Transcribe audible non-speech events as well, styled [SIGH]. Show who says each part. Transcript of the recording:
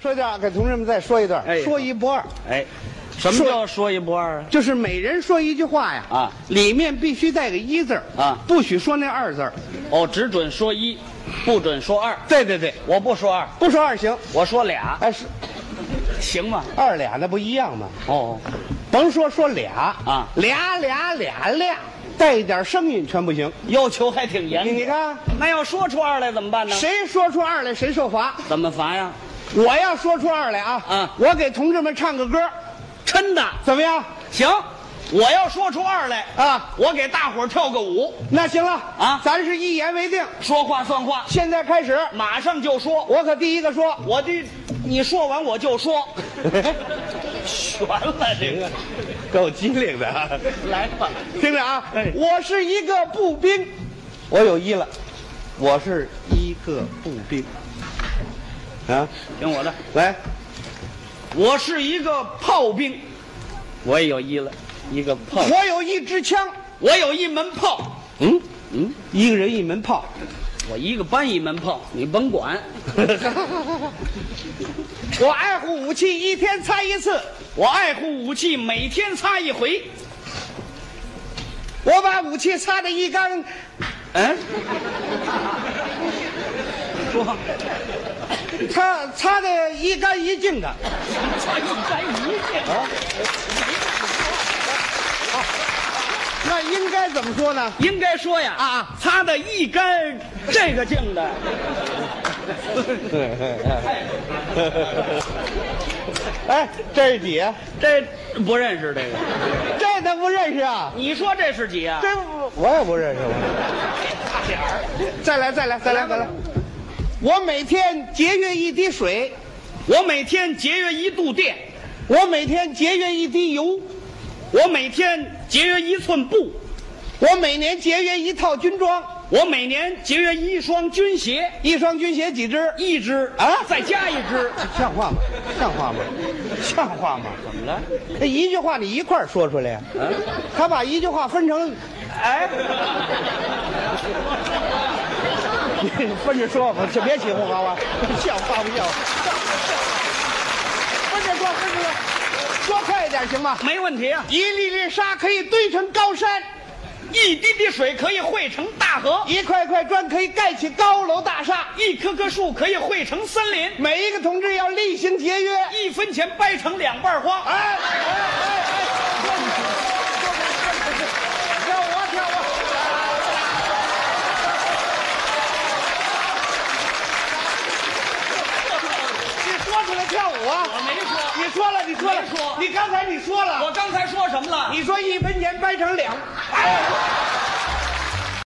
Speaker 1: 说教给同志们再说一段，
Speaker 2: 哎
Speaker 1: 说一不二，
Speaker 2: 哎，什么叫说一不二啊？
Speaker 1: 就是每人说一句话呀，
Speaker 2: 啊
Speaker 1: 里面必须带个一字儿
Speaker 2: 啊
Speaker 1: 不许说那二字儿。
Speaker 2: 哦，只准说一，不准说二。
Speaker 1: 对对对，
Speaker 2: 我不说二，
Speaker 1: 不说二行，
Speaker 2: 我说俩，
Speaker 1: 哎是
Speaker 2: 行吗？
Speaker 1: 二俩那不一样吗？
Speaker 2: 哦，
Speaker 1: 甭说说俩
Speaker 2: 啊
Speaker 1: 俩俩俩俩，带一点声音全不行。
Speaker 2: 要求还挺严
Speaker 1: 你
Speaker 2: 格。
Speaker 1: 你，看，
Speaker 2: 那要说出二来怎么办呢？
Speaker 1: 谁说出二来谁受罚。
Speaker 2: 怎么罚呀？
Speaker 1: 我要说出二来啊，
Speaker 2: 啊
Speaker 1: 我给同志们唱个歌，
Speaker 2: 真的
Speaker 1: 怎么样？
Speaker 2: 行，我要说出二来
Speaker 1: 啊，
Speaker 2: 我给大伙儿跳个舞，
Speaker 1: 那行了
Speaker 2: 啊
Speaker 1: 咱是一言为定，
Speaker 2: 说话算话，
Speaker 1: 现在开始，
Speaker 2: 马上就说。
Speaker 1: 我可第一个说。
Speaker 2: 我的，你说完我
Speaker 1: [LAUGHS]
Speaker 2: 就说，哎悬了这个，
Speaker 1: 够机灵的、啊，
Speaker 2: 来吧，
Speaker 1: 听着啊
Speaker 2: 哎，
Speaker 1: 我是一个步兵，我有一了，我是一个步兵，啊，
Speaker 2: 听我的。
Speaker 1: 来，
Speaker 2: 我是一个炮兵，我也有一了，一个炮，
Speaker 1: 我有一支枪，
Speaker 2: 我有一门炮，
Speaker 1: 嗯嗯，一个人一门炮，
Speaker 2: 我一个班一门炮，你甭管。
Speaker 1: 我爱护武器，一天擦一次，
Speaker 2: 我爱护武器，每天擦一回。
Speaker 1: 我把武器擦得一干，啊
Speaker 2: 嗯，说
Speaker 1: 擦擦得一干一净的。
Speaker 2: 擦一干哎一净
Speaker 1: 那应该怎么说呢？
Speaker 2: 应该说呀
Speaker 1: 啊，
Speaker 2: 擦的一干这个净的。
Speaker 1: 哎，这是几？
Speaker 2: 这不认识这个，
Speaker 1: 这他不认识啊？
Speaker 2: 你说这是几啊？
Speaker 1: 这 [LAUGHS] 我也不认识。我
Speaker 2: 差点儿。
Speaker 1: 再来，再来，再来，再来。我每天节约一滴水，
Speaker 2: 我每天节约一度电，
Speaker 1: 我每天节约一滴油，
Speaker 2: 我每天节约一寸布。
Speaker 1: 我每年节约一套军装，
Speaker 2: 我每年节约一双军鞋，
Speaker 1: 一双军鞋几只？
Speaker 2: 一只
Speaker 1: 啊
Speaker 2: 再加一只。
Speaker 1: 像话吗？像话吗？像话吗？
Speaker 2: 怎么了？
Speaker 1: 那一句话你一块儿说出来呀、
Speaker 2: 嗯，
Speaker 1: 他把一句话分成， [LAUGHS]
Speaker 2: 哎，
Speaker 1: 分着说吧，就别起哄好吧？像话不像话？分着说，分着说，说快一点行吗？
Speaker 2: 没问题啊！
Speaker 1: 一粒粒沙可以堆成高山，
Speaker 2: 一滴滴水可以汇成大河，
Speaker 1: 一块块砖可以盖起高楼大厦。
Speaker 2: 一棵棵树可以汇成森林，
Speaker 1: 每一个同志要厉行节约。
Speaker 2: 一分钱掰成两半花。啊
Speaker 1: 哎哎哎哎！跳舞啊跳舞啊！你说出来跳舞啊！
Speaker 2: 我没说，
Speaker 1: 你说了，你说了，
Speaker 2: 没说
Speaker 1: 你刚才你说了，
Speaker 2: 我刚才说什么了？
Speaker 1: 你说一分钱掰成两，哎呀，